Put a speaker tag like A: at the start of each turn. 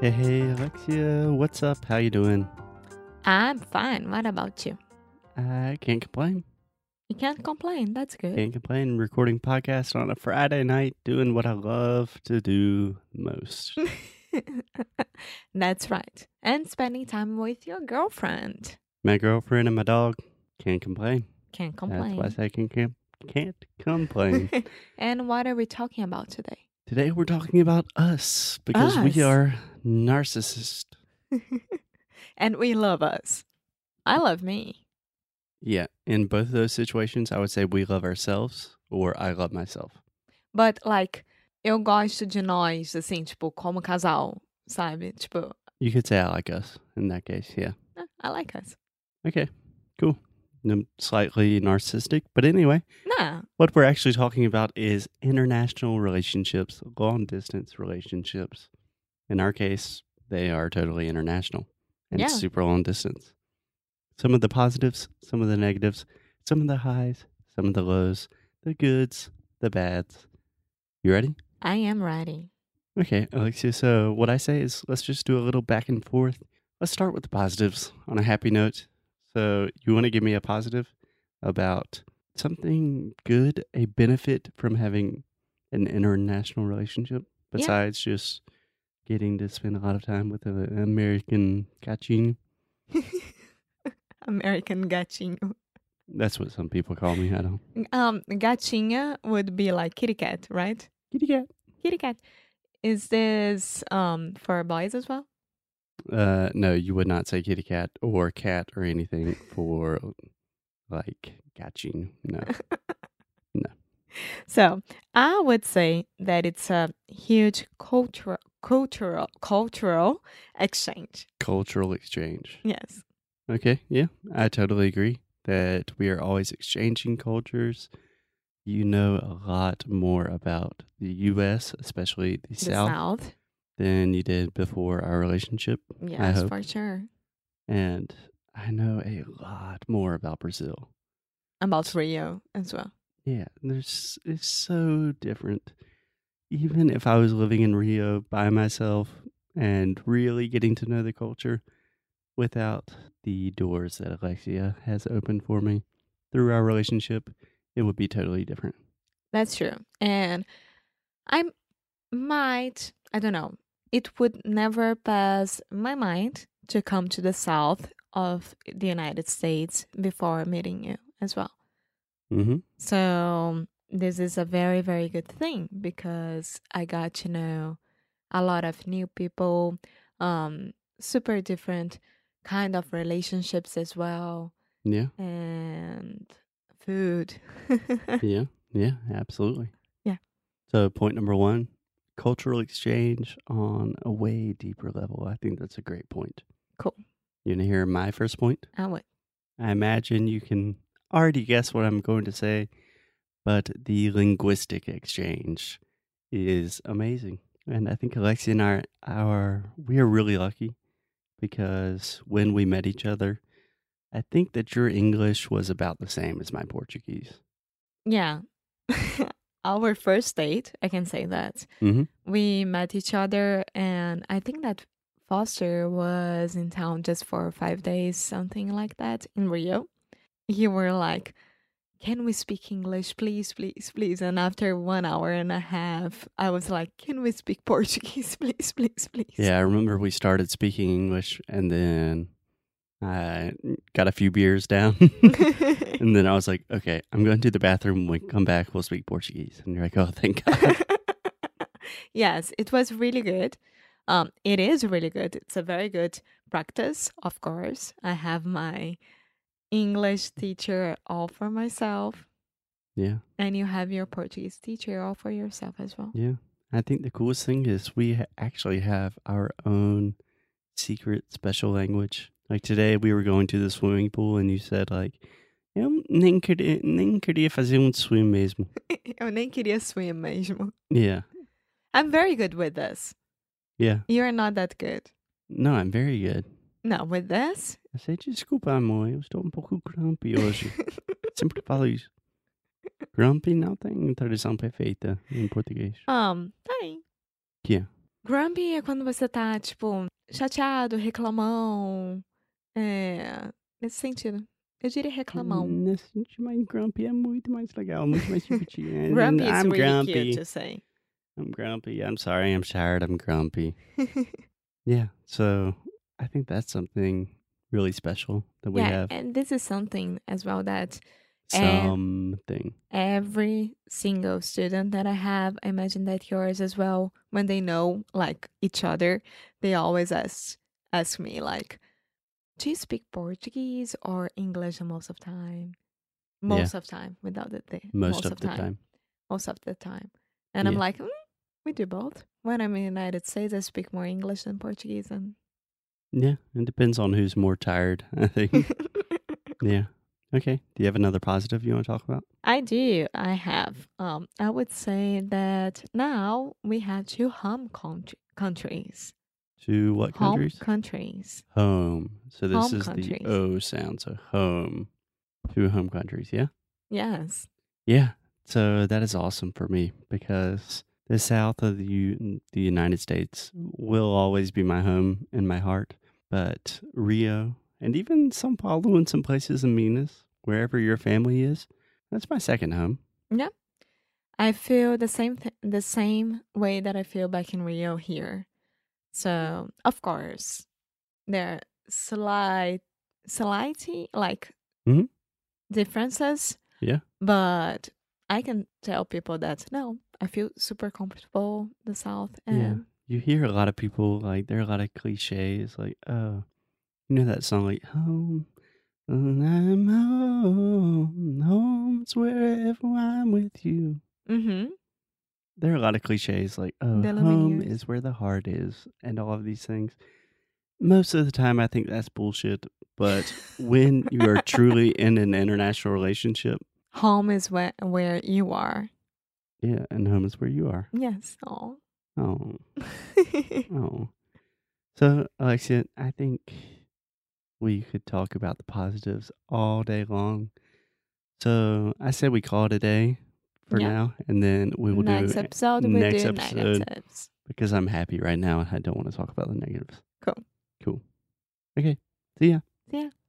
A: Hey, hey, Alexia, what's up? How you doing?
B: I'm fine. What about you?
A: I can't complain.
B: You can't complain. That's good.
A: Can't complain. Recording podcast on a Friday night, doing what I love to do most.
B: That's right. And spending time with your girlfriend.
A: my girlfriend and my dog can't complain.
B: Can't
A: That's why I
B: complain.
A: say can, can, can't complain.
B: and what are we talking about today?
A: Today we're talking about us because
B: Us.
A: we are narcissists.
B: and we love us. I love me.
A: Yeah, in both of those situations, I would say we love ourselves or I love myself.
B: But like, eu gosto de nós, assim, tipo, como casal, sabe? Tipo,
A: You could say I like us in that case. Yeah.
B: eh, I like us.
A: Okay. Cool. N- Slightly narcissistic, but anyway.
B: Nah.
A: What we're actually talking about is international relationships, long distance relationships. In our case, they are totally international and
B: Yeah.
A: super long distance. Some of the positives, some of the negatives, some of the highs, some of the lows, the goods, the bads. You ready?
B: I am ready.
A: Okay, Alexia. So, what I say is let's just do a little back and forth. Let's start with the positives on a happy note. So, you want to give me a positive about something good, a benefit from having an international relationship besides just getting to spend a lot of time with an American gachin?
B: American gatinho.
A: That's what some people call me. I don't.
B: Um, gatinha would be like kitty cat, right?
A: Kitty cat.
B: Kitty cat. Is this um for boys as well?
A: Uh, no, you would not say kitty cat or cat or anything for like gachin. No.
B: So I would say that it's a huge cultural cultural cultural exchange.
A: Cultural exchange.
B: Yes.
A: Okay, yeah, I totally agree that we are always exchanging cultures. You know a lot more about the U.S., especially the,
B: The
A: South,
B: South.
A: than you did before our relationship.
B: Yes,
A: hope.
B: for sure.
A: And I know a lot more about Brazil.
B: About Rio as well.
A: Yeah, there's it's so different. Even if I was living in Rio by myself and really getting to know the culture without the doors that Alexia has opened for me through our relationship, it would be totally different.
B: That's true. And I might, I don't know, it would never pass my mind to come to the South of the United States before meeting you as well.
A: Mm-hmm.
B: So this is a very, very good thing because I got to know a lot of new people, um, super different kind of relationships as well,
A: Yeah,
B: and food.
A: yeah, yeah, absolutely.
B: Yeah.
A: So, point number one cultural exchange on a way deeper level. I think that's a great point.
B: Cool.
A: You want to hear my first point?
B: I would.
A: I imagine you can already guess what I'm going to say, but the linguistic exchange is amazing. And I think Alexia and I are we are really lucky because when we met each other, I think that your English was about the same as my Portuguese.
B: Yeah. Our first date, I can say that.
A: Mhm.
B: We met each other, and I think that Foster was in town just for five days, something like that, in Rio. You were like, Can we speak English, please, please, please? And after one hour and a half, I was like, Can we speak Portuguese, please, please, please?
A: Yeah, I remember we started speaking English and then I got a few beers down. and then I was like, okay, I'm going to the bathroom. When we come back, we'll speak Portuguese. And you're like, oh, thank God.
B: yes, it was really good. Um, it is really good. It's a very good practice, of course. I have my English teacher all for myself,
A: yeah.
B: and you have your Portuguese teacher all for yourself as well.
A: Yeah. I think the coolest thing is we ha- actually have our own secret special language. Like today, we were going to the swimming pool, and you said like, "Eu nem queria, nem queria fazer um swim mesmo."
B: Eu nem queria swim mesmo.
A: Yeah,
B: I'm very good with this.
A: yeah.
B: You're not that good.
A: No, I'm very good.
B: No, with this?
A: Eu sei, desculpa, amor, eu estou um pouco grumpy hoje. Sempre falo isso. Grumpy não tem tradução perfeita em português.
B: um, tem.
A: Que é?
B: Grumpy é quando você tá, tipo, chateado, reclamão. É. Nesse sentido. Eu diria reclamão.
A: Nesse sentido, mas grumpy é muito mais legal, muito mais divertido. And
B: grumpy is
A: Hum, I'm
B: really
A: grumpy.
B: cute to say.
A: I'm grumpy. I'm sorry. I'm tired. I'm grumpy. Yeah. So I think that's something really special that we
B: yeah,
A: have.
B: and this is something as well that and-
A: Something.
B: every single student that I have, I imagine that yours as well, when they know like each other, they always ask ask me like, Do you speak Portuguese or English most of time? Most of time, without the day.
A: Most, of, the time.
B: Most of the time. And I'm
A: Yeah.
B: like, "Mm, we do both. When I'm in the United States I speak more English than Portuguese and
A: Yeah. It depends on who's more tired, I think. yeah. Okay. Do you have another positive you want to talk about?
B: I do. I have. Um, I would say that now we have two home country- countries.
A: To what
B: home
A: countries?
B: countries.
A: Home. So this
B: Home
A: is
B: countries.
A: the O sound. So home. Two home countries. Yeah.
B: Yes.
A: Yeah. So that is awesome for me because the South of the, U- the United States will always be my home and my heart. But Rio and even Sao Paulo and some places in Minas, wherever your family is, that's my second home.
B: I feel the same th- the same way that I feel back in Rio here. So of course, there are slight slighty like
A: Mhm.
B: differences.
A: Yeah.
B: But I can tell people that no, I feel super comfortable the South
A: Yeah.
B: and
A: You hear a lot of people like there are a lot of cliches like, oh, you know that song like home. I'm home, home's wherever I'm with you.
B: hmm
A: there are a lot of cliches like oh,
B: The
A: home
B: Lumineers.
A: is where the heart is and all of these things most of the time i think that's bullshit but when you are truly in an international relationship
B: home is where where you are.
A: yeah and home is where you are
B: Yes. Oh.
A: oh oh so alexia i think we could talk about the positives all day long so i said we call it a day for
B: Yeah.
A: now and then we will
B: next
A: do it
B: episode we
A: next
B: do
A: episode.
B: negatives.
A: because i'm happy right now and i don't want to talk about the negatives
B: Cool.
A: cool okay see ya
B: Yeah.